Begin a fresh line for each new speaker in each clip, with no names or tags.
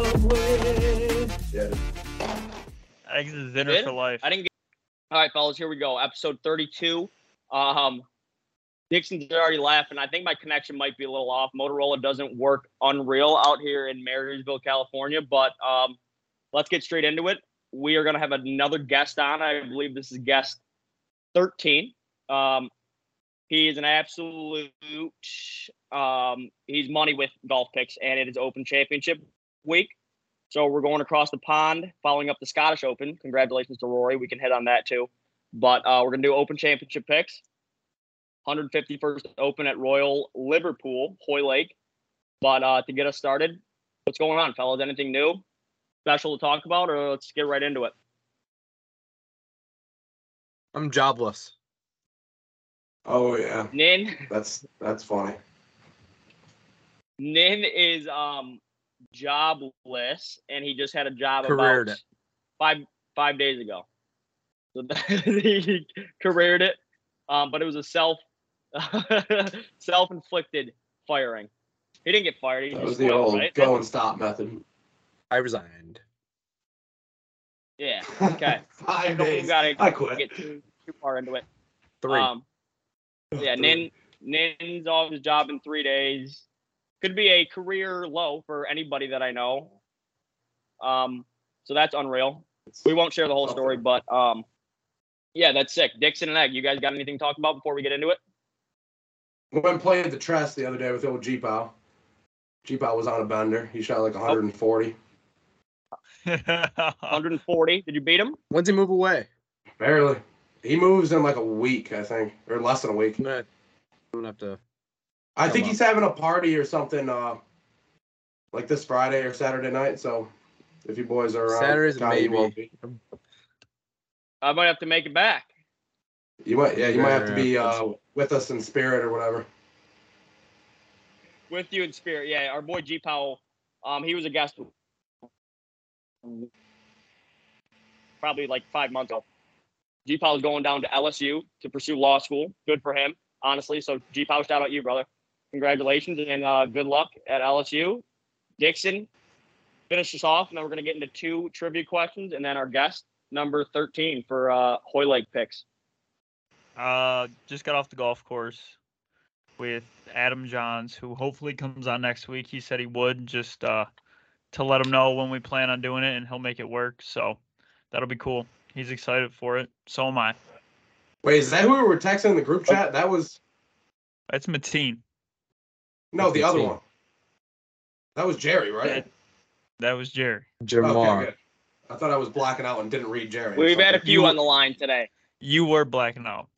Zimbabwe.
Eggs is dinner
Good?
for life.
I didn't get. All right, fellas, here we go. Episode 32. Um, Dixon's already laughing. I think my connection might be a little off. Motorola doesn't work Unreal out here in Marysville, California, but um, let's get straight into it. We are going to have another guest on. I believe this is guest 13. Um, he is an absolute. Um, he's money with golf picks, and it is Open Championship week. So we're going across the pond, following up the Scottish Open. Congratulations to Rory. We can hit on that too. But uh, we're gonna do Open Championship picks. 151st Open at Royal Liverpool, Hoy Lake. But uh, to get us started, what's going on, fellas? Anything new, special to talk about, or let's get right into it?
I'm jobless.
Oh yeah,
Nin,
that's that's funny.
Nin is um jobless, and he just had a job
Careered
about
it.
five five days ago. So that, he careered it, um, but it was a self self inflicted firing. He didn't get fired. He
That
just
was the
quit,
old
right?
go and stop method.
I resigned.
Yeah. Okay.
Five
Don't
days.
gotta
I quit.
Get too, too far into it.
Three.
Um, yeah. Nin Nin's off his job in three days. Could be a career low for anybody that I know. Um, so that's unreal. We won't share the whole story, but um, yeah, that's sick. Dixon and Egg, you guys got anything to talk about before we get into it?
Went and played the Tress the other day with old Jeepow. Jeepow was on a bender. He shot like 140.
I
140. Did you beat him?
When's he move away?
Barely. He moves in like a week, I think, or less than a week.
I'm gonna, I'm gonna have to.
I
Come
think
on.
he's having a party or something, uh, like this Friday or Saturday night. So if you boys are around,
Saturday's a
Kyle, you
maybe.
won't be.
I might have to make it back.
You might, yeah, you might have to be
Yeah.
uh, with us in spirit or whatever.
with you in spirit. Yeah, our boy G Powell, um, he was a guest probably like five months ago. G Powell's going down to LSU to pursue law school. Good for him, honestly. So G Powell, shout out you, brother. Congratulations and uh, good luck at LSU. Dixon, finish us off, and then we're gonna get into two trivia questions, and then our guest number thirteen for uh, Hoy Lake picks.
uh, just got off the golf course with Adam Johns, who hopefully comes on next week. He said he would just uh, to let him know when we plan on doing it, and he'll make it work. So that'll be cool. He's excited for it. So am I.
Wait, is that who we were texting in the group
Oh.
chat? That was
It's Mateen.
no,
That's
the other
Mateen.
one. That was Jerry, right?
That was Jerry.
Jamar.
good. I thought I was blocking out and didn't read Jerry. or
We've had a
something.
few on the line today.
You were blacking out.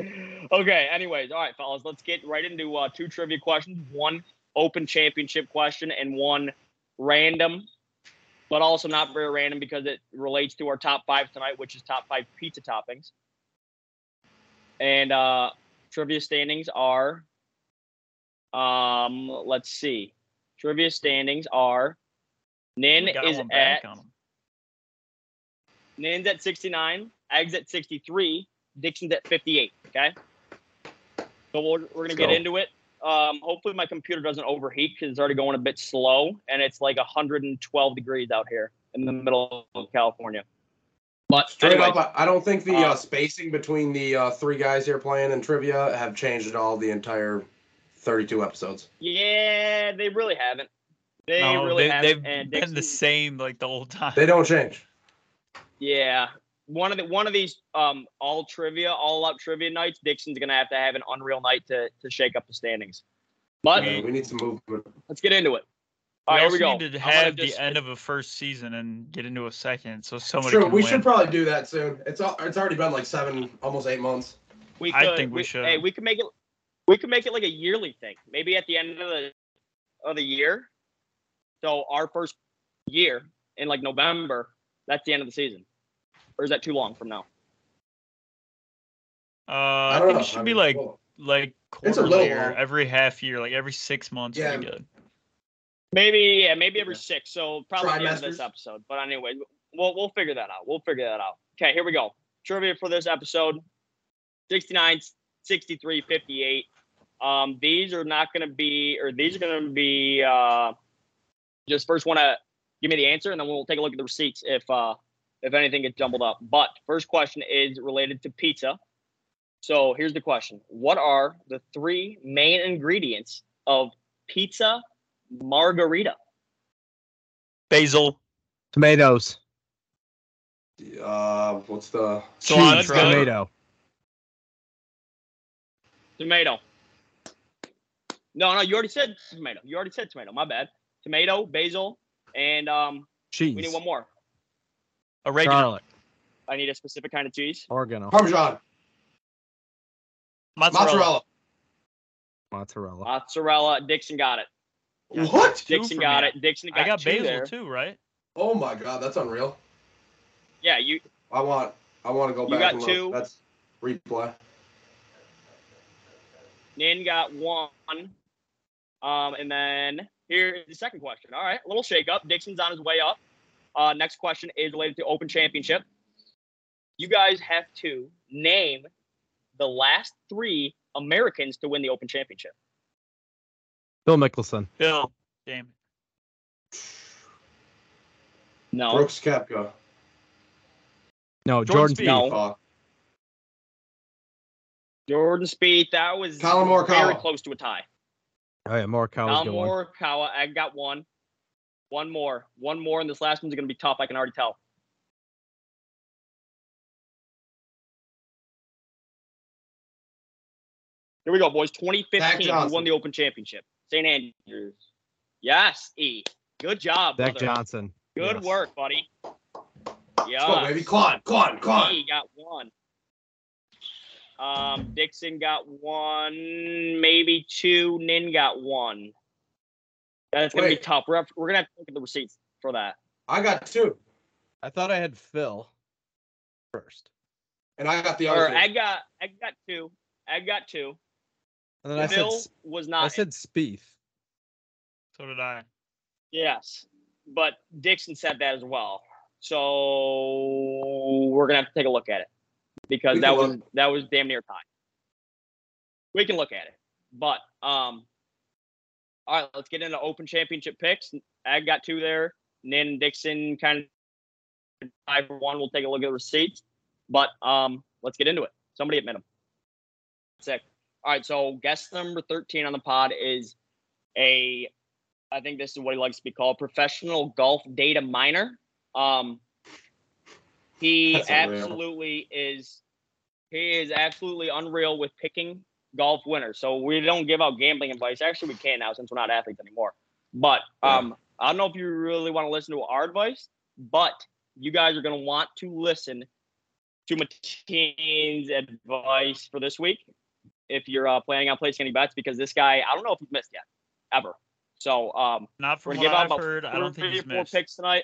okay. Anyways, all right, fellas, let's get right into uh, two trivia questions: one open championship question and one random, but also not very random because it relates to our top five tonight, which is top five pizza toppings. And uh, trivia standings are, um, let's see, trivia standings are. Nin
We got
is
one
at
back on him.
Nin's at 69, Ag's at 63, Dixon's at 58. Okay. So we're, we're going to
Let's
get
go.
into it. Um, hopefully, my computer doesn't overheat because it's already going a bit slow and it's like 112 degrees out here in the middle of California. But
Straight
anyway,
up, I, I don't think the uh,
Uh,
spacing between the uh, three guys here playing in trivia have changed at all the entire 32 episodes.
yeah, they really haven't. They
No,
really
they,
haven't.
have
and
been the
Dixon-
same like the whole time.
They don't change.
Yeah. One of the one of these um all trivia, all out trivia nights, Dixon's gonna have to have an unreal night to to shake up the standings. But
Uh, we need some movement.
let's get into it. All right,
we
here
also
we go.
need to
I'm gonna
have
just-
the end of a first season and get into a second, so somebody
Sure,
can
we
win.
should probably do that soon. It's al- it's already been like seven, almost eight months.
we
I think we should.
Hey, we can make it. We can make it like a yearly thing. Maybe at the end of the of the year. So our first year in like November. That's the end of the season, or is that too long from now?
Uh, I,
don't
think
know.
it should
I
be
mean,
like
well,
like
It's a little
quarterly or
long.
every half year, like every six months. would be good.
Maybe yeah, maybe every
Yeah.
six. So probably the end of this
Trimesters?
episode. But anyway, we'll we'll figure that out. We'll figure that out. Okay, here we go. Trivia for this episode: 69, 63, 58. Um, these are not going to be, or these are going to be. Uh, just first want to give me the answer, and then we'll take a look at the receipts if uh, if anything gets jumbled up. But first question is related to pizza. So here's the question: What are the three main ingredients of pizza margarita?
Basil,
Tomatoes.
uh, what's the
Cheese,
cilantro.
tomato.
Tomato. No, no, you already said tomato. You already said tomato. My bad. Tomato, basil, and um, we need
Cheese.
one more.
oregano,
Garlic.
I need a specific kind of cheese.
Oregano.
Parmesan,
mozzarella.
mozzarella?
Mozzarella.
Mozzarella. Dixon got it.
What?
Two
Dixon
for
got
me.
it. Dixon got,
I got
two
basil
there.
too, right?
Oh my god, that's unreal.
Yeah, you.
I want, I want to go
You
back.
got
and look.
two.
That's replay.
Nin got one. Um, and then here is the second question. All right, a little shake up. Dixon's on his way up. Uh, next question is related to Open Championship. You guys have to name the last three Americans to win the Open Championship.
Bill Mickelson.
Bill, damn. it.
No.
Brooks Koepka.
No,
Jordan
Jordan.
Speed.
No.
Speed.
Fuck.
Jordan Speed, that was
Colin Morikawa.
very close to a tie.
Oh yeah, Morikawa was a
Colin
good one.
Morikawa, I got one. One more. One more, and this last one's going to be tough. I can already tell. Here we go, boys. 2015, who
Johnson.
won the Open Championship? St. Andrews. Yes, E. Good job,
Zach
brother.
Johnson.
Good
Yes.
work, buddy. Yeah.
Let's go, baby. Quan, Quan, Quan.
He got one. Um, Dixon got one, maybe two. Nin got one. That's gonna be
Wait.
tough. We're, up, we're gonna have to look at the receipts for that.
I got two,
I thought I had Phil first,
and I got the
Or
other.
I
two.
got I got two. I got two.
and then I said
Phil
S-
was
I
not.
said Spieth.
So did I.
yes, but Dixon said that as well. So we're gonna have to take a look at it because
We
that
can
was
look.
that was damn near time. We can look at it, but um, all right, let's get into open championship picks. I got two there. Nin and Dixon kind of five for one. We'll take a look at the receipts, but um, let's get into it. Somebody admit them. Sick. All right, so guest number thirteen on the pod is a. I think this is what he likes to be called, professional golf data miner. Um, he
That's unreal.
absolutely is. He is absolutely unreal with picking golf winners. So we don't give out gambling advice. Actually, we can now since we're not athletes anymore. But um, I don't know if you really want to listen to our advice, but you guys are going to want to listen to Mateen's advice for this week if you're uh, planning on placing any bets because this guy, I don't know if he's missed yet, ever. So um,
Not
we're
from
gonna
what
give out
I've
about
heard.
three
I don't think
or
he's
four
missed.
picks tonight.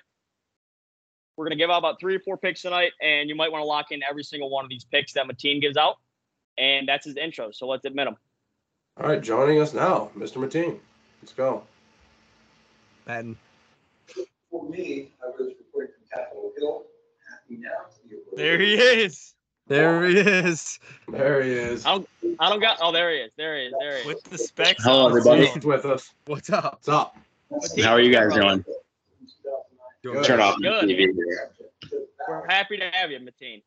We're gonna give out about three or four picks tonight, and you might want to lock in every single one of these picks that Mateen gives out. And that's his intro. So let's admit him.
All right, joining us now, Mr. Mateen. Let's go.
Madden.
For me, I was reporting from Capitol Hill. Happy now to be a
There he is
There he is.
There he is.
I'll- I don't got. Oh, there he is. There he is. There he is.
with the specs.
Hello,
on.
everybody.
Jason's with us.
What's up?
What's up?
How are you guys doing?
Good.
Turn off my
Good.
TV here.
We're happy to have you, Mateen.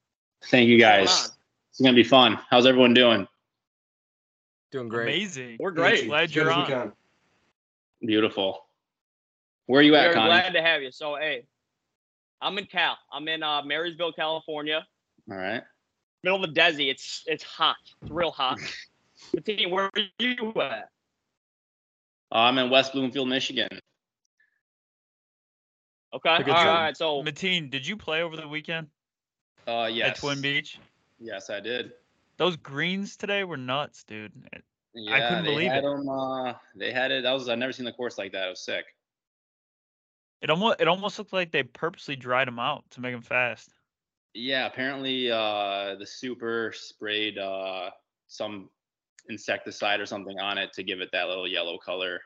Thank you
Hold
guys.
on.
It's gonna be fun. How's everyone doing?
Doing great.
Amazing.
We're great.
Glad
Good
you're
as we
on.
can.
Beautiful. Where are you
we
at,
are
Connie?
glad to have you. So, hey, I'm in Cal. I'm in uh, Marysville, California,
All right.
middle of the desi. It's it's hot. It's real hot. Mateen, where are you at?
Uh, I'm in West Bloomfield, Michigan.
Okay. All right,
Good
all
job.
right. So
Mateen, did you play over the weekend
Uh, yes.
at Twin Beach?
Yes, I did.
Those greens today were nuts, dude.
Yeah,
couldn't
they
believe
had
it.
'em, uh, they had it. That was I've never seen the course like that. It was sick.
It almost it almost looked like they purposely dried them out to make them fast.
Yeah, apparently uh, the super sprayed uh, some insecticide or something on it to give it that little yellow color,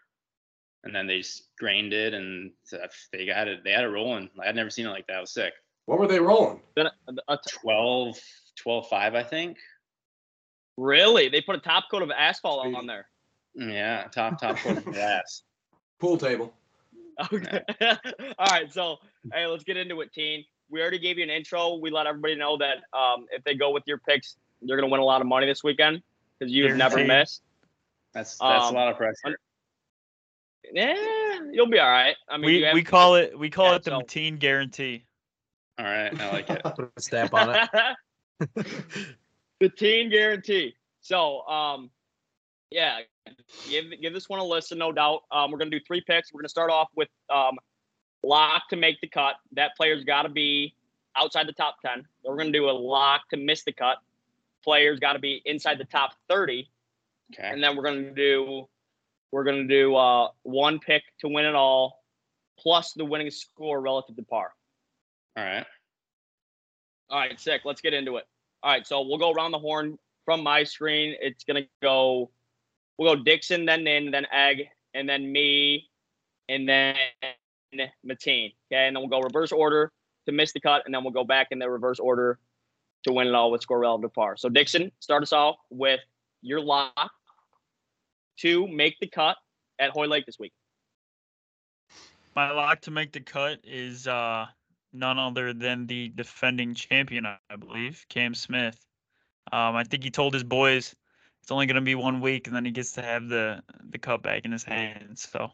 and then they just grained it and uh, they got it. They had it rolling. I'd never seen it like that. It was sick.
What were they rolling?
Then uh, a- a-
12, 12 5, I think.
really, they put a top coat of asphalt on there.
Yeah, top top coat of glass.
Pool table.
Okay. All right. So, hey, let's get into it, teen. We already gave you an intro. We let everybody know that um, if they go with your picks, they're going to win a lot of money this weekend because you've never
Guaranteed.
missed.
That's that's
Um,
a lot of pressure.
Yeah, you'll be all right. I mean, you
we
have-
we call it we call
Yeah,
it the
so-
Mateen guarantee.
All right, I like it.
Put a stamp on it.
the teen guarantee. So, um, yeah, give give this one a listen, no doubt. Um, we're gonna do three picks. We're gonna start off with um, lock to make the cut. That player's got to be outside the top ten. Then We're gonna do a lock to miss the cut. Player's got to be inside the top thirty,
Okay.
and then we're gonna do we're gonna do uh, one pick to win it all, plus the winning score relative to par.
All right.
All right, sick. Let's get into it. All right, so we'll go around the horn from my screen. It's gonna go. We'll go Dixon, then Nin, then Egg, and then me, and then Mateen. Okay, and then we'll go reverse order to miss the cut, and then we'll go back in the reverse order to win it all with score relative to par. So Dixon, start us off with your lock to make the cut at Hoy Lake this week.
My lock to make the cut is uh none other than the defending champion, I I believe, Cam Smith. Um, I think he told his boys it's only gonna be one week, and then he gets to have the the cut back in his hands. So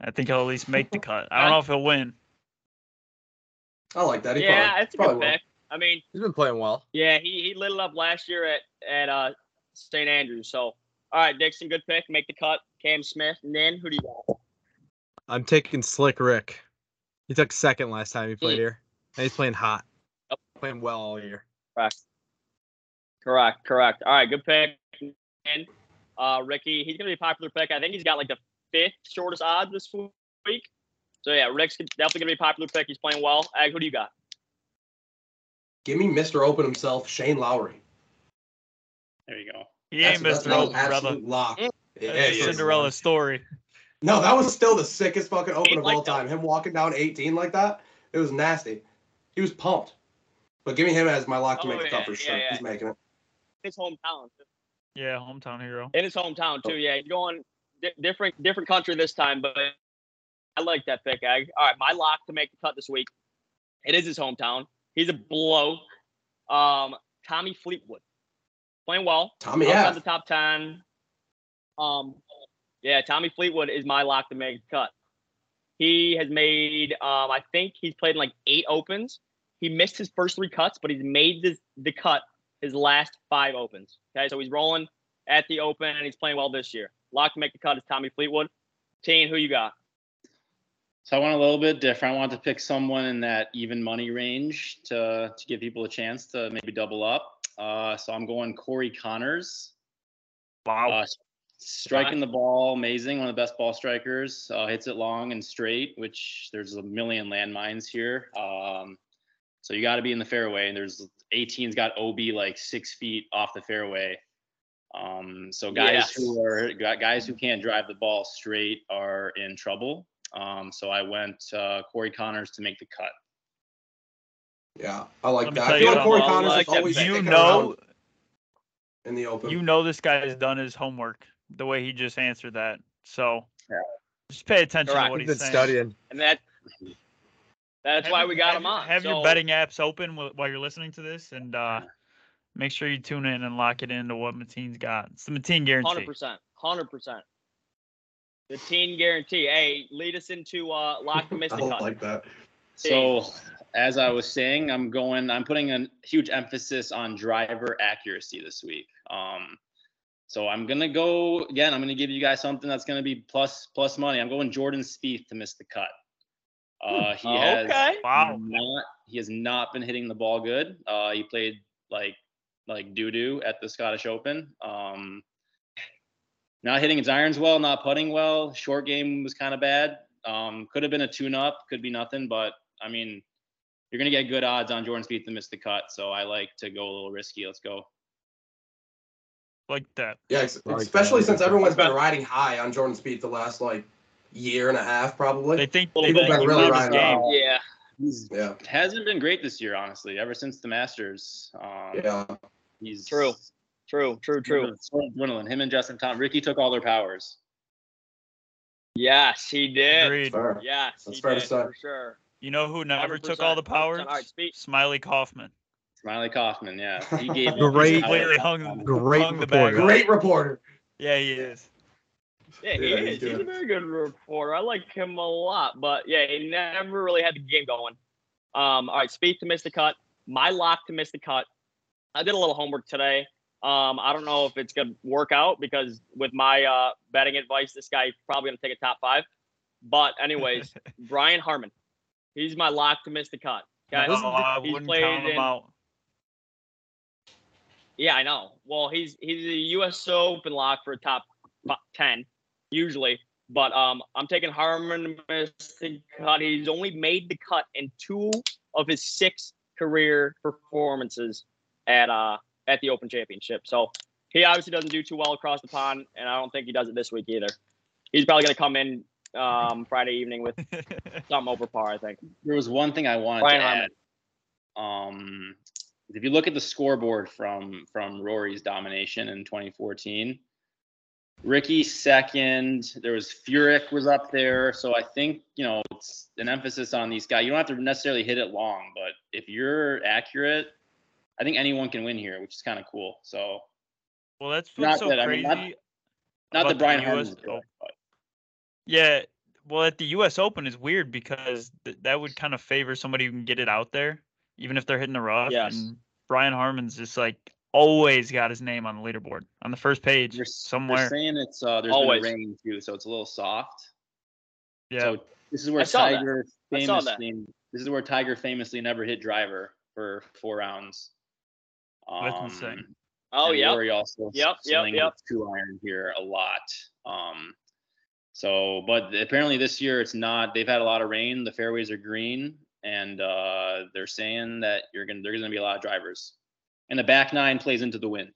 I think he'll at least make the cut. I don't know if he'll win.
I like that. He
yeah,
probably,
that's a
probably
good
will.
pick. I mean,
He's been playing well.
Yeah, he, he lit it up last year at at uh, St. Andrews. So, all right, Dixon, good pick. Make the cut. Cam Smith. And then who do you got?
I'm taking Slick Rick. He took second last time he played
Mm.
here, and he's playing hot,
Yep.
playing well all year.
Correct, correct. All right, good pick. And uh, Ricky, he's gonna be a popular pick. I think he's got like the fifth shortest odds this week. So yeah, Rick's definitely gonna be a popular pick. He's playing well. Ag, who do you got?
Give me Mr. Open himself, Shane Lowry.
There you go.
He ain't
That's-
Mr.
that's
Open,
my
brother.
absolute Lock.
Mm.
Yeah,
That's
he
a
is.
Cinderella story.
No, that was still the sickest fucking open
Ain't
of
like
all
that.
time. Him walking down 18 like that, it was nasty. He was pumped. But give me him as my lock to
Oh,
make the
yeah,
cut for
yeah,
sure.
yeah.
He's making it.
His hometown.
Yeah, hometown hero.
Uh,
In his hometown too. Yeah, he's going di- different different country this time, but I like that pick. Ag. All right, my lock to make the cut this week. It is his hometown. He's a bloke. Um, Tommy Fleetwood playing well.
Tommy
Outside
F.
the top ten. Um, yeah, Tommy Fleetwood is my lock to make the cut. He has made. Um, I think he's played in like eight opens. He missed his first three cuts, but he's made this, the cut his last five opens. Okay, so he's rolling at the open and he's playing well this year. Lock to make the cut is Tommy Fleetwood. Teen, who you got?
So I went a little bit different. I wanted to pick someone in that even money range to to give people a chance to maybe double up. Uh, so I'm going Corey Connors,
Wow.
uh, striking the ball, amazing, one of the best ball strikers. Uh, hits it long and straight, which there's a million landmines here. Um, so you got to be in the fairway. And there's 18's got OB like six feet off the fairway. Um, so guys
Yes.
who are gu- guys who can't drive the ball straight are in trouble. Um, so I went uh, Corey Connors to make the cut.
Yeah, I like
Let me
that.
tell
I feel
you
like Corey
something.
Connors
I like
is
that
always
pick.
you
sticking
know
around in the open.
you know this guy has done his homework the way he just answered that. So
Yeah.
just pay attention
Correct.
to what
he's
he's
been
saying.
studying.
And that that's
Have
why
your-
we got
have
him
your-
on.
Have
So-
your betting apps open wh- while you're listening to this, and uh, make sure you tune in and lock it into what Mateen's got. It's the Mateen guarantee.
Hundred percent, hundred percent. The teen guarantee. Hey, lead us into uh, lock the
I
mystic
don't
hunt.
like that.
So, as I was saying, I'm going. I'm putting a huge emphasis on driver accuracy this week. Um, so I'm gonna go again. I'm gonna give you guys something that's gonna be plus plus money. I'm going Jordan Spieth to miss the cut. Uh, he has
Oh, okay.
Wow.
not. He has not been hitting the ball good. Uh, he played like like doo doo at the Scottish Open. Um, not hitting his irons well, not putting well. Short game was kind of bad. Um, could have been a tune up, could be nothing, but I mean, you're gonna get good odds on Jordan Spieth to miss the cut. So I like to go a little risky. Let's go.
like that.
Yeah, ex-
Like
especially
that.
since everyone's been riding high on Jordan Speed the last like year and a half, probably.
They think they
People
think
been
he
really
found
riding
his game.
high.
Yeah.
He's
Yeah,
hasn't been great this year, honestly. Ever since the Masters, um,
yeah.
he's
True. True. True. True.
Sort of dwindling. Him and Justin Tom. Ricky took all their powers.
Yes, he did.
Agreed.
Fair.
Yes,
That's
he
fair to
did
say.
for sure.
You know who never took
100%,
all the powers?
100%. All right, speak.
Smiley Kaufman.
Smiley Kaufman, yeah, he gave
Great-
his powers.
Completely hung,
Great
hung the
reporter.
bag. up.
Great reporter.
Yeah, he is.
Yeah, he
Yeah, he's
is. He's
good.
a very good reporter. I like him a lot, but yeah, he never really had the game going. Um, all right, speed to miss the cut. My lock to miss the cut. I did a little homework today. Um, I don't know if it's gonna work out because with my uh, betting advice, this guy's probably gonna take a top five. But anyways, Brian Harmon, he's my lock to miss the cut. Okay?
No, Oh, I
He's
wouldn't
played
count him
in-
out.
Yeah, I know. Well, he's he's a U.S. Open lock for a top fi- ten usually, but um, I'm taking Harmon to miss the cut. He's only made the cut in two of his six career performances at uh at the Open Championship. So he obviously doesn't do too well across the pond, and I don't think he does it this week either. He's probably gonna come in um Friday evening with something over par. I think.
There was one thing I wanted
Brian
to add. Um, if you look at the scoreboard from from Rory's domination in 2014, Ricky second. There was Furyk was up there. So I think you know it's an emphasis on these guys. You don't have to necessarily hit it long, but if you're accurate, I think anyone can win here, which is kind of cool. So
Well, that's
Not
what's so
that, I
crazy.
mean, not- not
about
that Brian
the
Harmon's
US
good,
Open.
but
Yeah. Well, at the U.S. Open is weird because th- that would kind of favor somebody who can get it out there, even if they're hitting the rough.
Yes.
And Brian Harmon's just like always got his name on the leaderboard on the first page
they're, they're
somewhere.
saying it's uh, there's
Always.
been rain too, so it's a little soft.
yeah.
So this is where
I saw that.
Tiger
I saw
famously this is where Tiger famously never hit driver for four rounds. Um,
That's insane.
Oh
and
yeah,
Rory also
Yep, yep,
slings
yep.
the two iron here a lot. Um, so, but apparently this year it's not. They've had a lot of rain. The fairways are green, and uh, they're saying that you're gonna there's gonna be a lot of drivers, and the back nine plays into the wind.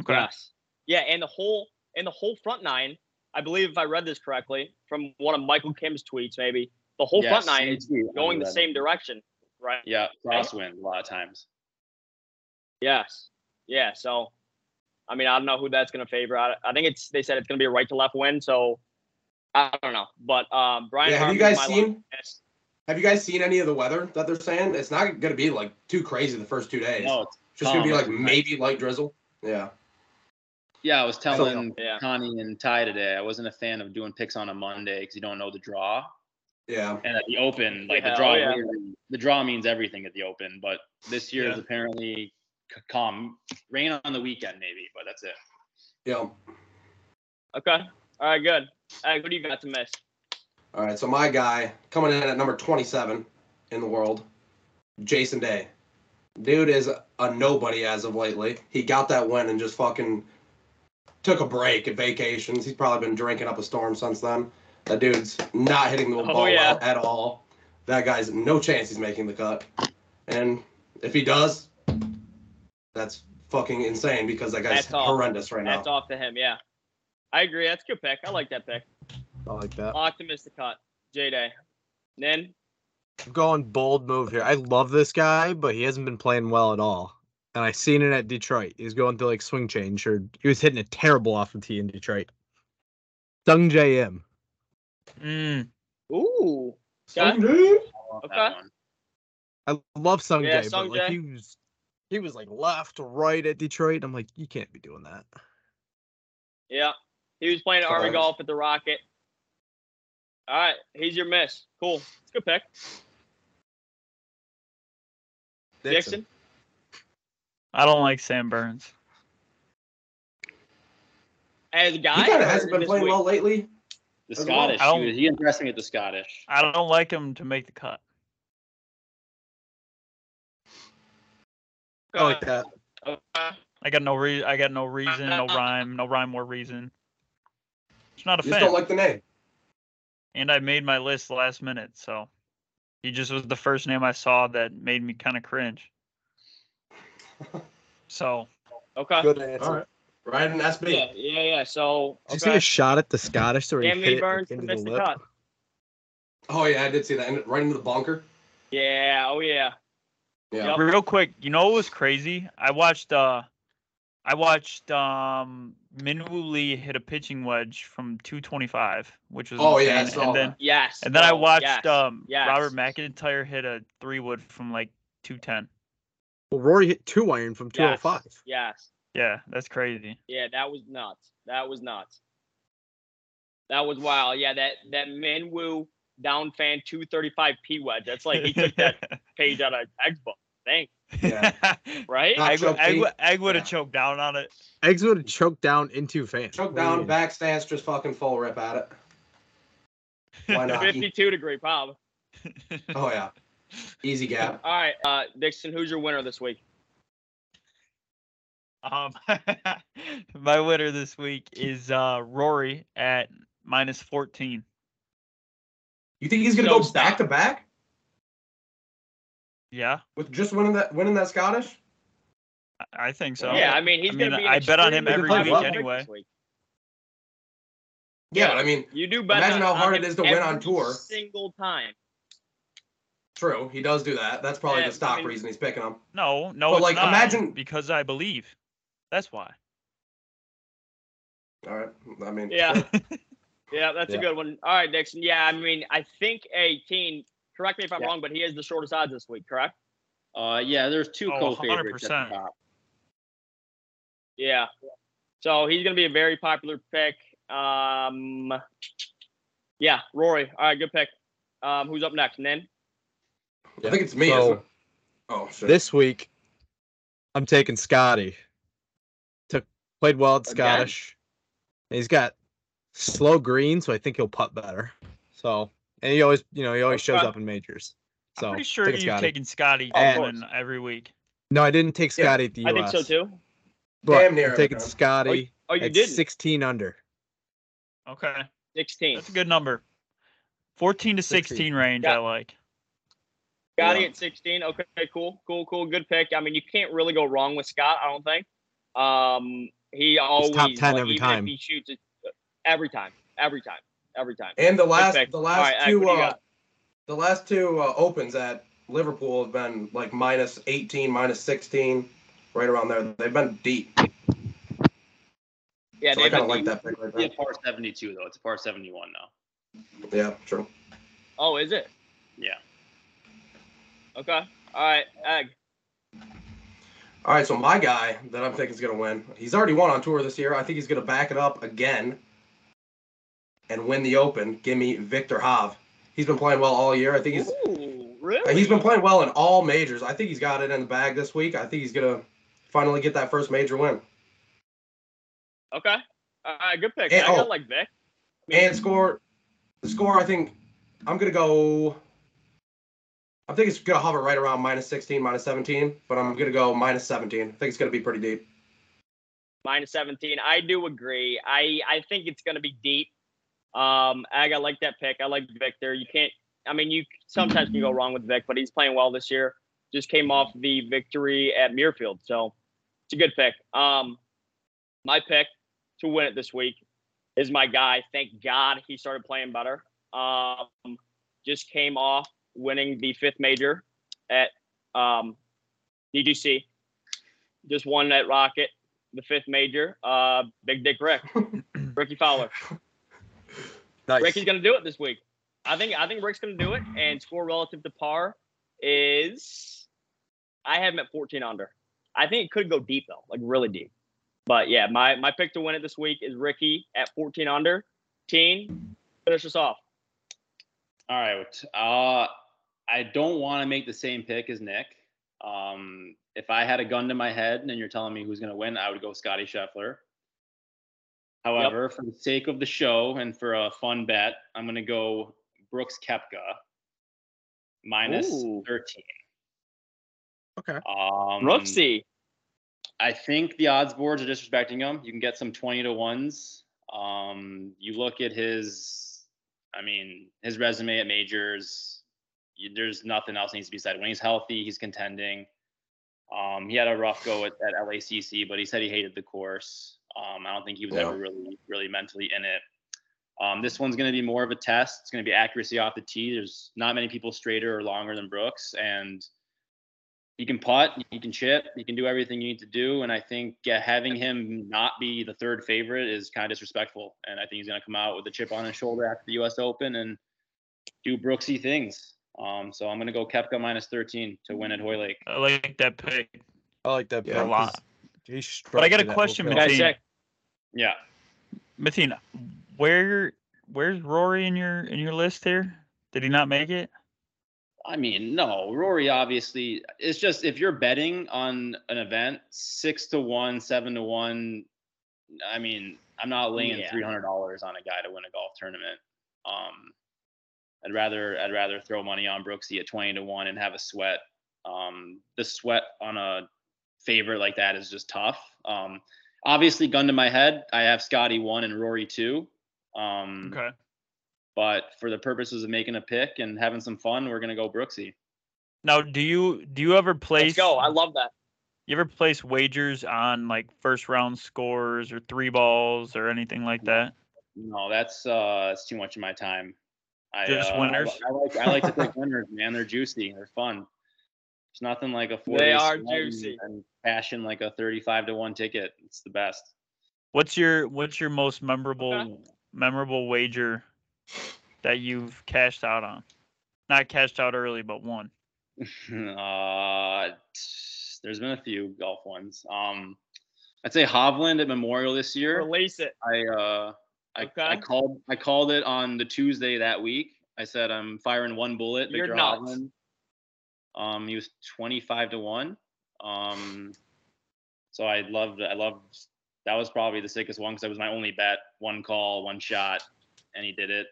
okay.
Yes. Yeah, and the whole and the whole front nine, I believe if I read this correctly from one of Michael Kim's tweets, maybe the whole
Yeah,
front nine
same
is
tweet.
going the
Eleven.
same direction, right?
Yeah,
Right?
crosswind a lot of times.
Yes. Yeah. So, I mean, I don't know who that's going to favor. I, I think it's they said it's going to be a right to left win. So, I don't know. But um, Brian,
Yeah, have you
Harmon's
guys
my
seen-
lock miss.
Have you guys seen any of the weather that they're saying? It's not going to be like too crazy the first two days.
No,
it's
Oh,
just going to be like
calm.
maybe light drizzle. Yeah.
Yeah, I was telling
Yeah.
Connie and Ty today, I wasn't a fan of doing picks on a Monday because you don't know the draw.
Yeah.
And at the Open, like
Yeah,
the draw,
oh, yeah.
literally- the draw means everything at the Open. But this year is
Yeah.
apparently c- calm. Rain on the weekend, maybe, but that's it.
Yeah.
Okay. All right. Good. All right. What do you got to miss?
All right. So my guy coming in at number 27 in the world, Jason Day. Dude is a nobody as of lately. He got that win and just fucking took a break at vacations. He's probably been drinking up a storm since then. That dude's not hitting the
Oh,
ball
yeah.
well at all. That guy's no chance he's making the cut. And if he does, that's fucking insane because that guy's
That's all.
horrendous right
That's
now.
off to him. Yeah. I agree. That's a good pick. I like that pick.
I like that.
Lock to miss the cut. J Day. Nin.
I'm going bold move here. I love this guy, but he hasn't been playing well at all. And I seen it at Detroit. He was going to like swing change, or he was hitting a terrible off the tee in Detroit. Sung J M.
Mm,
Ooh. Okay.
Dude.
I love
Okay.
that one.
I love Sung
Yeah,
Jae,
Sung
but like
Jae.
he was, he was like left to right at Detroit. I'm like, you can't be doing that.
Yeah. He was playing Army
Alright.
golf at the Rocket. All right. He's your miss. Cool. It's a good pick. Dixon.
I don't like Sam Burns.
As a guy,
He kind
or
of hasn't been
this
playing
week?
well lately.
The
As well.
Scottish,
I don't-
dude, he impressed me at the Scottish.
I don't like him to make the cut.
I like
uh,
that.
Okay.
I got no re- I got no reason, no rhyme, no rhyme or reason. It's not a
You just
fan.
don't like the name.
and I made my list last minute, so He just was the first name I saw that made me kind of cringe. So
Okay.
Good answer.
All right. Right in SB.
Yeah, yeah, yeah. So
Did you see
okay.
a shot at the Scottish where he
Danny
hit
Burns
it into the
missed the
lip?
cut.
Oh yeah, I did see that. And right into the bunker.
Yeah. Oh yeah.
Yeah.
Yep.
real quick, you know what was crazy? I watched uh I watched um Minwoo Lee hit a pitching wedge from 225, which was
Oh, yeah, I
insane.
saw
and then
that.
Yes.
and then I
bro,
watched
Oh, yes,
um
yes.
Robert McIntyre hit a three wood from like 210.
Well, Rory hit two oh iron from 205.
Yes.
Yeah, that's crazy.
Yeah, that was nuts. That was nuts. That was wild. Yeah, that that Minwoo down fan 235 P wedge. That's like he took that page out of Xbox. Thanks,
Yeah.
right?
Not
Egg,
choke
egg,
feet.
egg would have
Yeah.
choked down on it.
Eggs would have choked down into fans.
Choke
Oh,
What do you
down,
mean?
back stance, just fucking full rip at it. Why not?
52 degree pop.
oh yeah. Easy gap.
All right, uh, Dixon, who's your winner this week?
Um, my winner this week is uh, Rory at minus 14.
You think he's gonna
So
go back to back
Yeah,
with just winning that winning that Scottish?
I- I think so.
yeah, I mean he's
I
gonna
mean,
be.
I bet on him
extremely
every
popular
week
pick
anyway.
this week.
Yeah,
Yeah.
but I mean,
You do bet.
Imagine
on-
how
on
hard
him
it is to win on
every
tour.
Single time.
true, he does do that. That's probably
Yeah,
the stop
I mean-
reason he's picking him.
No, no,
But,
it's
like,
not,
imagine-
because I believe. That's why.
All right. I mean,
Yeah. yeah, that's a
Yeah.
good one. All right, Dixon. Yeah, I mean, I think 18, correct me if I'm
Yeah.
wrong, but he has the shortest odds this week, correct?
Uh, yeah, there's two
Oh,
co-favorites at the
100%.
top.
Yeah. So he's going to be a very popular pick. Um, yeah, Rory. All right, good pick. Um, who's up next? Nin?
I think it's me.
So-
isn't it? Oh shit.
This week, I'm taking Scotty. Took played well at
Again?
Scottish. And he's got slow green, so I think he'll putt better. So and he always, you know, he always shows
Okay.
up in majors.
I'm
So
pretty sure
taking
you've
Scotty.
taken Scotty
Oh, of
to win every week.
No, I didn't take
Yeah,
Scotty at the US.
I think so too.
But
Damn near
I'm
it,
taking
man.
Scotty
Oh, you
at
did?
16 under.
Okay,
16.
that's a good number. 14 to 16,
16.
range,
Yeah.
I like.
Scotty
Yeah.
at 16. Okay, cool, cool, cool. Good pick. I mean, you can't really go wrong with Scott. I don't think. Um, he always
10
like,
every
even if
time.
He shoots it uh, every time, every time, every time.
And the last,
pick.
the
All
last
right, Ak,
two,
what do you
uh,
got?
the last two uh, opens at Liverpool have been like minus 18, minus 16, right around there. They've been deep.
Yeah,
so I
they've
kind of
been
like
deep.
that pick right
It's
there.
a par 72 though. It's a par 71 now.
Yeah, true.
Oh, is it?
Yeah.
Okay. All right, uh, Egg.
All right, so my guy that I'm thinking is going to win, he's already won on tour this year. I think he's going to back it up again and win the Open. Give me Victor Hav. He's been playing well all year. I think he's
Ooh, really?
Uh, He's been playing well in all majors. I think he's got it in the bag this week. I think he's gonna finally get that first major win
Okay. All right, good pick.
And-
I got
oh.
like Vic.
and score. The score, I think, I'm gonna go. I think it's gonna hover right around minus 16, minus 17, but I'm gonna go minus 17. I think it's gonna be pretty deep.
minus 17. I do agree. I I think it's going to be deep. Um, Ag, I like that pick. I like Victor. You can't. I mean, you sometimes can go wrong with Vic, but he's playing well this year. Just came off the victory at Muirfield, so it's a good pick. Um, my pick to win it this week is my guy. Thank God he started playing better. Um, just came off winning the fifth major at um, DGC. Just won at Rocket the fifth major, uh, Big Dick Rick, Ricky Fowler.
Nice.
Ricky's gonna do it this week. I think I think Rick's gonna do it, and score relative to par is I have him at 14 under. I think it could go deep though, like really deep. But yeah, my my pick to win it this week is Ricky at 14 under. Teen, finish us off.
All right. Uh, I don't want to make the same pick as Nick. Um, if I had a gun to my head and you're telling me who's going to win, I would go Scotty Scheffler. However, for the sake of the show and for a fun bet, I'm going to go Brooks Kepka minus
Ooh.
13.
Okay.
Um,
Brooksy.
I think the odds boards are disrespecting him. You can get some 20 to ones. Um, you look at his, I mean, his resume at majors, you- there's nothing else needs to be said. When he's healthy, he's contending. Um, he had a rough go at, at LACC, but he said he hated the course. Um, I don't think he was
Yeah.
ever really, really mentally in it. Um, this one's going to be more of a test. It's going to be accuracy off the tee. There's not many people straighter or longer than Brooks, and he can putt, he can chip, he can do everything you need to do. And I think uh, having him not be the third favorite is kind of disrespectful. And I think he's going to come out with a chip on his shoulder after the U.S. Open and do Brooksy things. Um, so I'm going to go Kepka minus 13 to win at Hoylake. Lake.
I like that pick.
I like that
Yeah,
pick
a lot.
'cause he
But I
stroked
got a
it at
question,
Oakdale.
Guys,
Mateen.
check.
Yeah.
Mateen, where where's Rory in your in your list here? Did he not make it?
I mean, no, Rory obviously. It's just if you're betting on an event, six to one, seven to one. I mean, I'm not laying
Yeah.
three hundred dollars on a guy to win a golf tournament. Um, I'd rather I'd rather throw money on Brooksy at twenty to one and have a sweat. Um, the sweat on a favorite like that is just tough. Um, obviously, gun to my head, I have Scotty one and Rory two.
Mm.
Um,
Okay.
But for the purposes of making a pick and having some fun, we're gonna go Brooksy.
Now, do you do you ever place?
Let's go. I love that.
You ever place wagers on like first round scores or three balls or anything like that?
No, that's uh, it's too much of my time. I,
Just
uh,
winners?
I, I like I like to pick winners, man. They're juicy. They're fun. It's nothing like a four.
They
day
are
sweat and-
juicy.
And passion like a thirty-five to one ticket. It's the best.
What's your what's your most memorable
Okay.
memorable wager that you've cashed out on? Not cashed out early, but one.
uh, t- there's been a few golf ones. Um, I'd say Hovland at Memorial this year.
Release it.
I uh I, I
Okay.
called I called it on the Tuesday that week. I said I'm firing one bullet.
You're
Victor
nuts.
Hovland. Um, he was 25 to one. Um, so I loved I loved that was probably the sickest one because that was my only bet. One call, one shot, and he did it.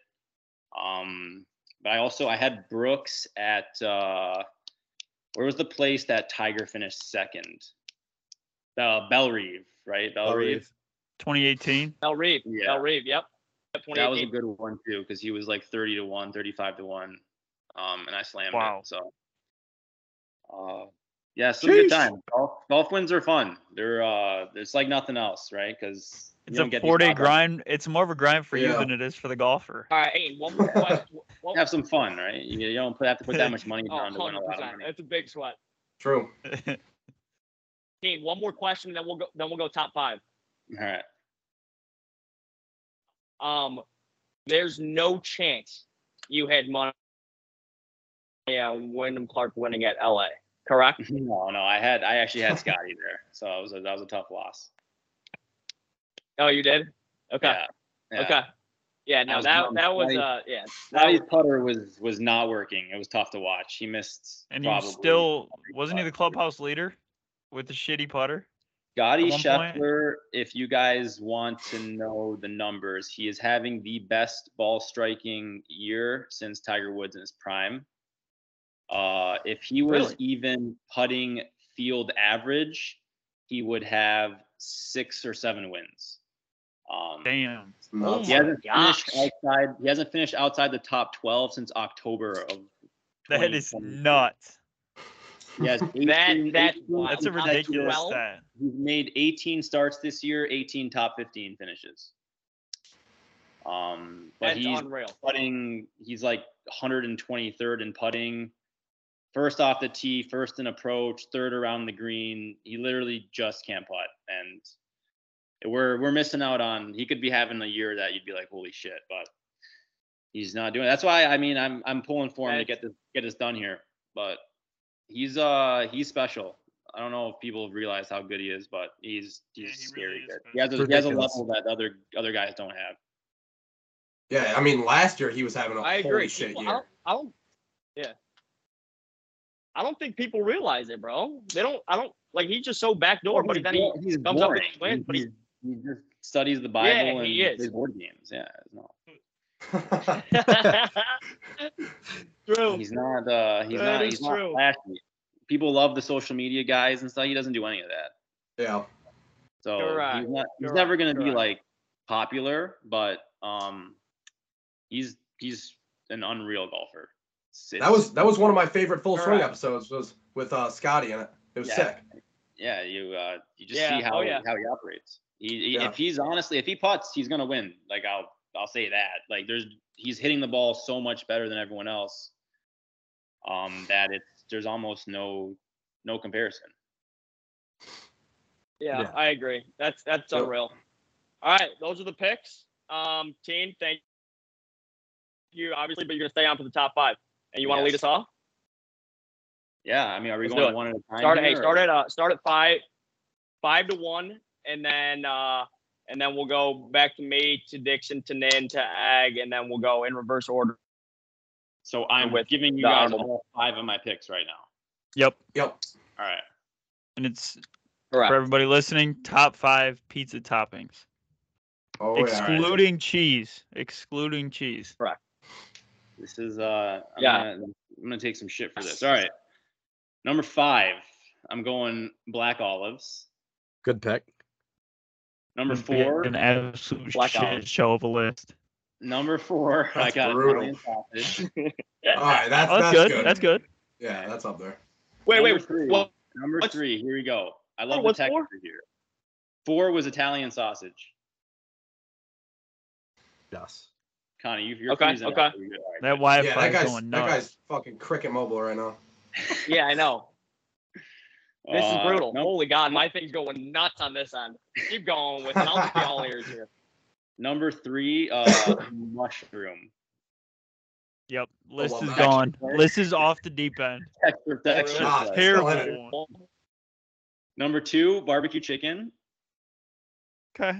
Um, but I also I had Brooks at uh, where was the place that Tiger finished second? Uh, Belrive, right? Belrive.
Twenty eighteen.
Al Reeve.
Yeah.
Al Reeve. Yep.
That was a
28.
good one too, because he was like 30 to 1, 35 to 1. Um, and I slammed
Wow.
it. So uh yeah, so good
Jeez.
time. Golf, golf wins are fun. They're uh it's like nothing else, right? Because
It's a four day grind. It's more of a grind for you
Yeah.
than it is for the golfer.
All right. Hey, one more question. One,
Have some fun, right? You, you don't put- have to put that much money
oh,
down to win a lot of
100%.
money.
That's a big sweat.
True.
Dean, one more question, then we'll go. Then we'll go top five.
All right.
Um, there's no chance you had money. Yeah, Wyndham Clark winning at LA, correct?
No, no, I had I actually had Scotty there. So that was a that was a tough loss.
Oh, you did. Okay.
Yeah. yeah.
Okay. Yeah. No,
was
that
dumb.
that was
Like-
uh yeah.
Scotty's putter was was not working. It was tough to watch. He missed
and
probably.
you still wasn't he the
five.
clubhouse leader with the shitty putter?
Scotty
At one point-
Scheffler, if you guys want to know the numbers, he is having the best ball striking year since Tiger Woods in his prime. Uh, if he was
Really?
even putting field average, he would have six or seven wins. Um,
Damn. Oh
Nuts.
he hasn't finished
gosh.
outside. He hasn't finished outside the top twelve since October of.
That is
2022.
nuts.
He has 18,
That- that-
18
That's a
Top
ridiculous
12?
stat.
He's made 18 starts this year, 18 top 15 finishes. Um, but
That's
he's
unreal.
putting. He's like 123rd in putting. First off the tee, first in approach, third around the green. He literally just can't putt, and we're we're missing out on. He could be having a year that you'd be like, holy shit, but he's not doing. It. That's why I mean, I'm I'm pulling for him to
That's-
get this get this done here. But he's uh he's special. I don't know if people realize how good he is, but he's
Yeah,
he's
he really
scary
is
good.
good.
He has, a, he has a
Ridiculous.
level that other other guys don't have.
Yeah, I mean, last year he was having a
I
holy
agree.
shit
People- I,
year.
don't, I don't. Yeah. I don't think people realize it, bro. They don't. I don't like. He's just so backdoor,
Well,
but
he's
then he
bo- he's
comes up with
boring.
these wins, but
He's- he just studies the Bible
Yeah,
and
he is.
plays board games. Yeah, no,
True.
he's not. Uh, he's
That
not.
is
He's
true.
not flashy. People love the social media guys and stuff. He doesn't do any of that.
yeah.
So
Correct,
he's not. He's
correct,
never gonna be
correct.
like popular, but um, he's he's an unreal golfer. It's-
That was that was one of my favorite full swing
Correct.
episodes was with uh, Scotty in it. It was
Yeah.
sick.
yeah. You uh, you just
Yeah,
see how
oh, yeah.
how he operates. He, he-
Yeah.
if he's honestly if he puts, he's gonna win. Like I'll I'll say that. Like there's he's hitting the ball so much better than everyone else. Um, that it's there's almost no no comparison.
Yeah,
Yeah.
I agree. That's that's
Yep.
unreal. All right, those are the picks. Um, team, thank you. Obviously, but you're gonna stay on for the top five, and you want to
Yes.
lead us off.
Yeah, I mean, are we
Let's do
going
it.
one at a time?
Start at
here,
hey,
or-
start at uh, start at five, five to one, and then uh, and then we'll go back to me, to Dixon, to Nin, to Ag, and then we'll go in reverse order.
So I'm
with
giving you
the
guys
honorable-
all five of my picks right now.
Yep.
Yep.
All right.
And it's
Correct.
for everybody listening, top five pizza toppings.
Oh yeah.
excluding cheese. Excluding cheese.
This is uh I'm
Yeah.
gonna, I'm gonna take some shit for this. All right. Number five, I'm going black olives.
Good pick.
Number
Gonna be
four,
An absolute
Black
shit
olive.
show of a list.
number four, I
That's
got
brutal.
Italian sausage.
All right, that's,
Oh,
that's, good.
That's good.
Yeah, that's up there.
Wait,
number
wait,
three,
what-
number
what's-
three, here we go. I
Oh,
love the
what's
texture
four?
here. Four was Italian sausage.
Yes.
Connie, you, you're
Okay,
freezing up.
okay.
You're good. All right,
That
good.
Wi
yeah,
Fi
that
is
guy's
going
that
nuts.
guy's fucking cricket mobile right now.
yeah, I know. This
Uh,
is brutal.
num-
Holy God, my thing's going nuts on this end. Keep going with it. I'll just be all ears here.
number three, uh, mushroom.
Yep. List
love
is
that.
gone. List is off the deep end.
Texture, texture.
Ah,
fries.
here- Still in it.
Terrible.
Number two, barbecue chicken.
Okay.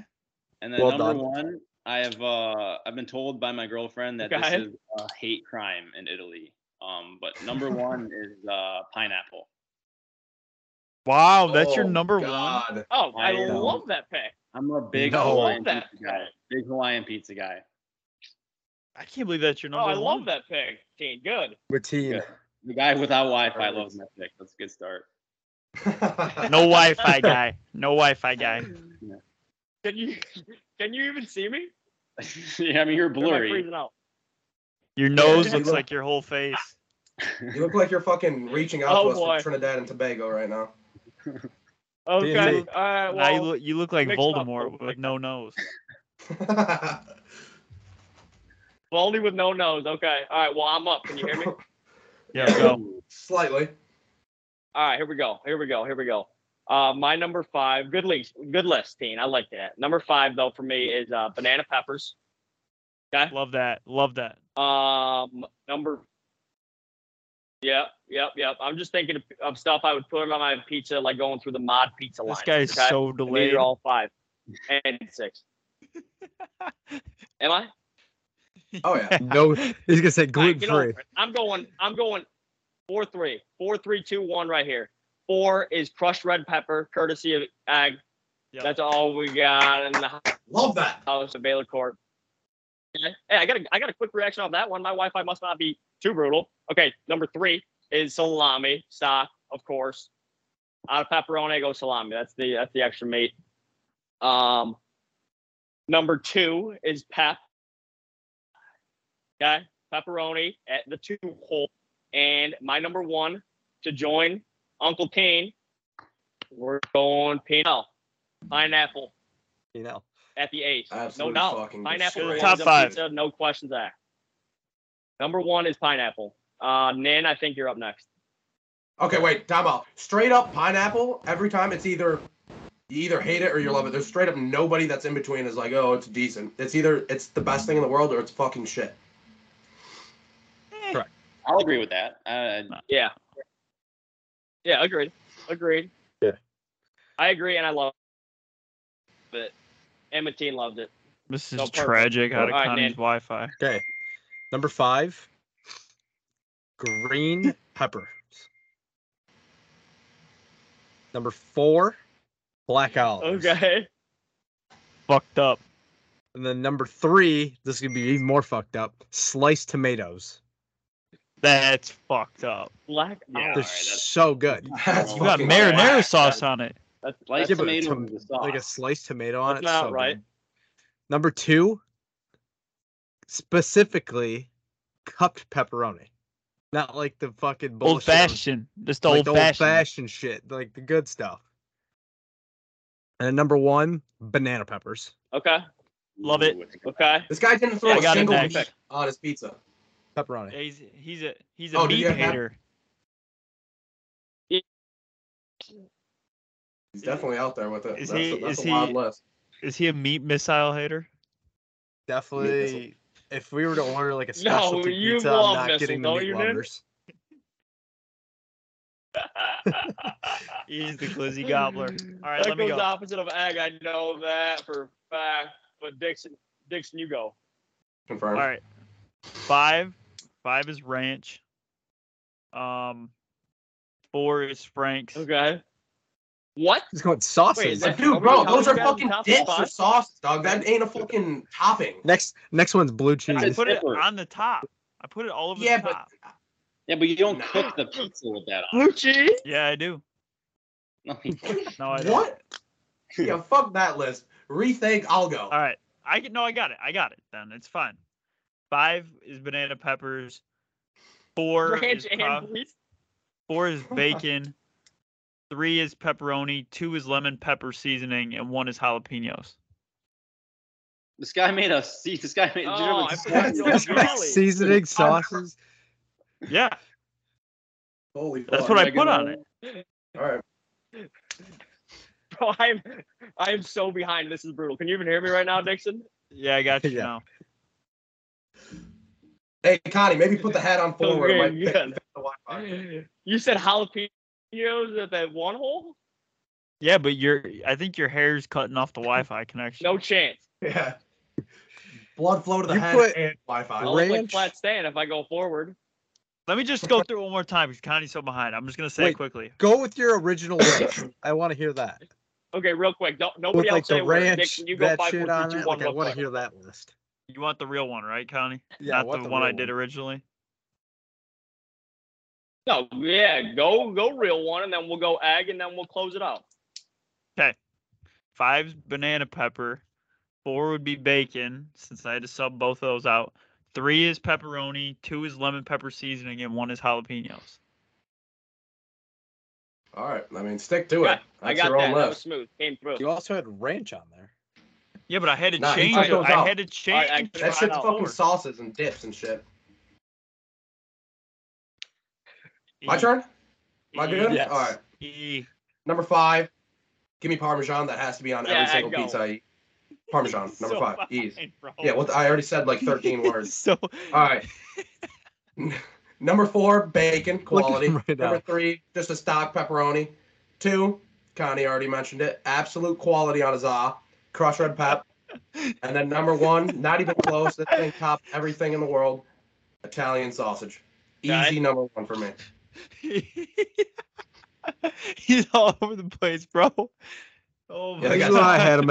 And then
Well
number
done.
one, I have uh, I've been told by my girlfriend that
Okay.
this is a hate crime in Italy. Um, but number one is uh, pineapple.
Wow, that's your
Oh,
number one.
God.
Oh, I,
I am.
love that pick.
I'm a big
No.
Hawaiian
Love that
pizza guy. Big Hawaiian pizza guy.
I can't believe that's your
Oh,
number
I
one.
love that pick, Team. Good.
Routine.
Good. The guy without Wi-Fi
Perfect.
loves my pick. That's a good start.
No Wi Fi guy. No Wi Fi guy.
Can you can you even see me?
yeah, I mean you're
Or am I
blurry.
freezing out?
Your nose
you
looks
look-
like your whole face.
you look like you're fucking reaching out
Oh,
to us
boy.
from Trinidad and Tobago right now.
Okay.
DMV.
All right.
now you
Well,
look, you look like
mixed up,
Voldemort
both
with no nose.
Baldy with no nose. Okay. All right. Well, I'm up. Can you hear me?
Yeah, go.
Slightly.
All right, here we go. Here we go. Here we go. Uh, my number five, good list, good list, Dean. I like that. Number five though for me is uh, banana peppers.
Love that. Love that.
Um, number. Yep, yep, yep. I'm just thinking of, of stuff I would put on my pizza, like going through the mod pizza line.
This guy is so
These
delayed.
are all five and six. Am I?
Oh yeah.
No, he's gonna say
All right,
gluten
get
free.
over it. I'm going. I'm going. Four three. Four three two one right here. Four is crushed red pepper, courtesy of Ag.
Yep.
That's all we got in the
Love that.
house of Baylor Court. Okay. Hey, I got a, I got a quick reaction off that one. My Wi-Fi must not be too brutal. Okay, number three is salami stock, of course. Out of pepperoni, I go salami. That's the that's the extra meat. Um, number two is pep. Okay, pepperoni at the two hole, and my number one to join Uncle Payne. We're going pineapple, pineapple
You know.
at the ace.
Absolutely
no doubt.
fucking
Pineapple
destroyed.
rolls
Top
on
five.
pizza, no questions asked. Number one is pineapple. Uh, Nan, I think you're up next.
Okay, wait, time out. Straight up pineapple, every time it's either you either hate it or you love it. There's straight up nobody that's in between is like, oh, it's decent. It's either it's the best thing in the world or it's fucking shit.
Eh,
I'll agree with that. Uh,
Yeah. Yeah, agreed. Agreed.
Yeah.
I agree, and I love it. And Mateen loved it.
This is
No, perfect.
tragic out of
All right,
Connie's
Nan.
Wi Fi.
Okay. Number five. Green peppers. Number four, black olives.
Okay.
Fucked up.
And then number three, this could be even more fucked up. Sliced tomatoes.
That's fucked up.
Black.
Yeah.
They're
Alright, that's-
so good.
That's
You got
fucking
marinara
whack.
sauce on it.
That's,
sliced
Yeah, but a
tomato
tom-
with the sauce.
Like a sliced tomato on
That's
it.
not
so
right.
good. Number two, specifically cupped pepperoni. Not like the fucking
Old
bullshit.
fashioned. Just the
like
old
the
fashioned.
old-fashioned shit, like the good stuff. And then number one, banana peppers.
Okay.
Love it.
Ooh,
Okay.
This guy didn't throw
Yeah, I
a
got it
single
next.
meat on his pizza.
Pepperoni.
Yeah, he's he's a he's a
Oh, did
meat
you have that?
hater.
He's definitely out there with it.
Is
that's
he-
a, that's
is
a wild
he-
list.
Is he a meat missile hater?
Definitely. If we were to order like a
No,
specialty
you
pizza,
love
I'm not
missile,
getting the
don't
meat
you, dude?
lovers.
He's the glizzy gobbler. All right,
that goes
let me go.
opposite of egg. I know that for a fact. But Dixon, Dixon, you go.
All
Confirmed.
right, five, five is ranch. Um, four is Frank's.
Okay. What?
It's called sauces.
Wait, is
But
that-
dude, bro,
Nobody
those are
counted down
fucking
the top
dips or
five?
sauces, dog. That ain't a fucking topping.
Next, next one's blue cheese.
I put it
Zipper.
on the top. I put it all over
Yeah,
the
but-
top.
Yeah, but you don't
Nah.
cook the pizza with that on.
Blue cheese.
Yeah, I do.
No, you don't.
No, I don't.
What? yeah, fuck that list. Rethink. I'll go.
All right. I get no, I got it. I got it. Then it's fine. Five is banana peppers. Four
Ranch
is
and
prob-
blue.
four is bacon. Three is pepperoni. Two is lemon pepper seasoning, and one is jalapenos.
This guy made a. See, this guy made.
Oh,
Gentlemen,
I
this
forgot
guy
you
made a
were
salad.
Golly.
Seasoning sauces.
Yeah,
Holy fuck.
that's what I put on it.
All right.
Bro, I'm I'm so behind. This is brutal. Can you even hear me right now, Dixon?
Yeah, I got you
Yeah.
now.
Hey, Connie, maybe put the hat on forward. It
Okay,
might fit-
good.
fit the Wi-Fi.
You said jalapenos at that one hole?
Yeah, but your I think your hair's cutting off the Wi-Fi connection.
No chance.
Yeah. Blood flow to the
You
head
put-
and Wi-Fi.
I'll look like
Ranch?
flat stand if I go forward.
Let me just go through it one more time because Connie's so behind. I'm just gonna say it
Wait.
quickly.
Go with your original list. I want to hear that.
Okay, real quick. Don't nobody
With like
else say
the
a word.
ranch,
Dixon, you go
that
five,
shit
four,
on
three,
it.
two, one,
Like I
real
want to
quick.
hear that list.
You want the real one, right, Connie?
Yeah, I
Not
want
the,
the
one I
real
did
one.
originally.
No, yeah, go go real one, and then we'll go egg, and then we'll close it out.
Five's banana pepper. Four would be bacon, since I had to sub both of those out. Three is pepperoni. Two is lemon pepper seasoning, and one is jalapenos.
All right. I mean, stick to it.
Got-
That's
I got
your own
that. That was
list.
smooth. Came through.
You also had ranch on there.
Yeah, but I had to
Nah, he
change.
took
it.
those
I
out.
had to
Alright, I-
change.
That
five
shit's
to
fucking
four.
sauces and dips and shit. My
E-
turn? Am I
E-
good?
Yes.
All right.
E.
Number five, give me Parmesan. That has to be on
Yeah,
every single
go.
pizza I eat. Parmesan,
He's
number
so
five. Ease.
behind, bro.
Yeah, what I already said like 13 words.
so
All right. N- number four, bacon quality.
Look at him right
Number
now.
three, just a stock pepperoni. Two, Connie already mentioned it. Absolute quality on a za. Crush red pep. And then number one, not even close. This thing topped everything in the world. Italian sausage. Easy
Guy?
number one for me.
he's all over the place, bro. Oh
Yeah,
my
I
This
got
is where I
god.
had him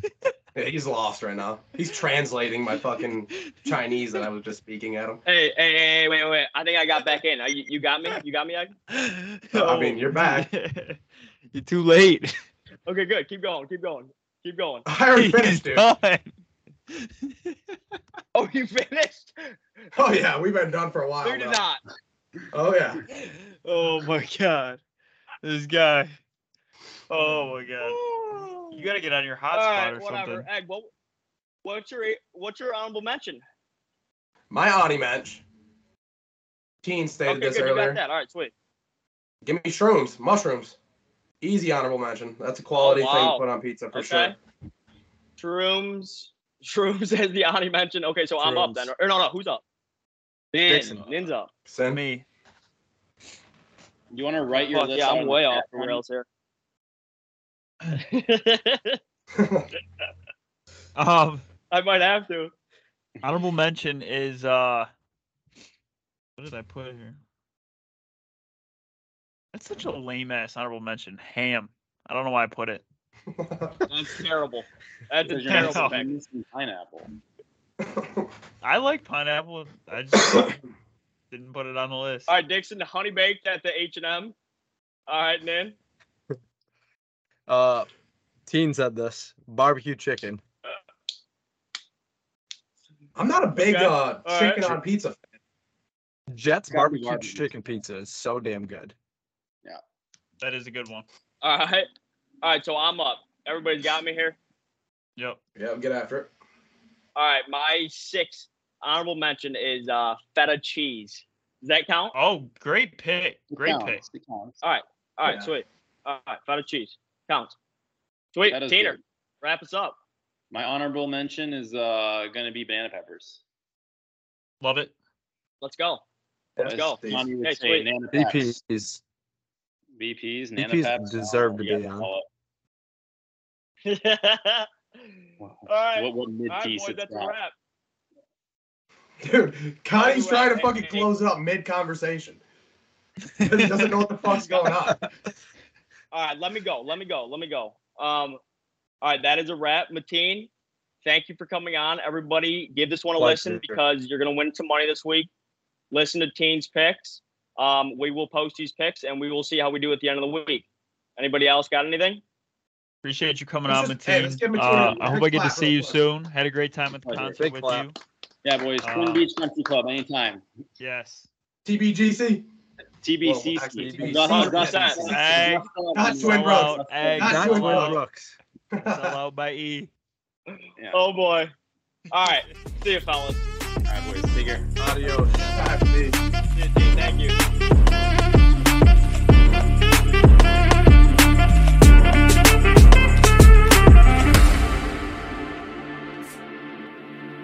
at.
Yeah, he's lost right now. He's translating my fucking Chinese that I was just speaking at him.
Hey, hey, hey, wait, wait, wait. I think I got back in. Are You, you got me? You got me? Egg?
I mean, you're back.
you're too late.
Okay, good. Keep going. Keep going. Keep going.
I already
He's
finished, dude.
done.
Oh, you finished?
Oh yeah, we've been done for a while.
Who
now.
did not?
Oh yeah.
Oh my god, this guy. Oh my god, you gotta get on your hotspot
All right,
or
whatever.
something.
Egg, what, what's your what's your honorable mention?
My Audi match. Teen stated
Okay,
this
good. You
earlier.
got that. All right, sweet.
Give me shrooms, mushrooms. Easy honorable mention. That's a quality
Oh,
thing
wow.
to put on pizza for
Okay.
sure.
Shrooms. Shrooms as the honey mentioned. Okay, so I'm up then.
Shrooms.
Or no, no, who's up? Nin,
Dixon.
Nin's up.
Sin.
Me.
You want to write your
Fuck
list?
yeah,
out
I'm
in
way
the
off
chat
the
room?
rails here.
Um,
I might have to.
honorable mention is uh, what did I put here? That's such a lame ass honorable mention. Ham. I don't know why I put it.
That's terrible. That's a
Because you're
terrible
not-
pick.
missing pineapple.
I like pineapple. I just didn't put it on the list.
All right, Dixon, honey baked at the H and M. All right, Nin.
Uh, teen said this barbecue chicken.
I'm not a big
Okay.
uh,
right.
chicken on pizza fan.
Jets
Gotta be
barbecue,
barbecue.
chicken pizza is so damn good.
That is a good one.
All right. All right. So I'm up. Everybody's got me here.
Yep.
Yeah, get after it.
All right. My sixth honorable mention is uh, feta cheese. Does that count?
Oh, great pick.
It
Great pick.
counts, it counts.
All right.
Yeah.
Sweet. All right. Feta cheese counts. Sweet.
That is
Tanner,
good.
wrap us up.
My honorable mention is uh gonna be banana peppers.
Love it.
Let's go. Let's
Yes,
go.
Steve.
Monty would
Hey,
say
sweet.
nana peps.
VPs
VPs, nana
VPs
peps.
deserve to be
Yeah,
on.
call it.
All right.
What, what mid
All right,
piece
boys.
it's
That's a
got.
wrap.
Dude, Connie's
Anyway,
trying to fucking
hey, hey.
close it up mid conversation. he doesn't know what the fuck's going on.
All right. Let me go. Let me go. Let me go. Um. All right. That is a wrap. Mateen, thank you for coming on. Everybody, give this one a
Pleasure.
listen because you're gonna win some money this week. Listen to Teen's picks. Um. We will post these picks and we will see how we do at the end of the week. Anybody else got anything?
Appreciate you coming
This
on,
is- hey, let's give
Mateen.
Mateen
Uh,
a
I hope
big
I get to
clap
see
real
you
quick.
soon. Had a great time at the
Pleasure.
concert
Big
with
clap.
you.
Yeah, boys. Twin
Uh,
Beach Country Club anytime.
Yes.
TBGC.
TBC.
Well, actually,
Oh,
TBC.
that's that.
Egg.
That's Twin
Sell
Brooks.
out. Egg.
Not
Not
Twin
Sell
Twin
Brooks.
out.
Brooks.
Sell out by E.
Yeah. All
Oh boy. All right. See you, fellas.
right, boys. Take care.
Adios.
Bye, Steve.
See you, Teen. Thank you.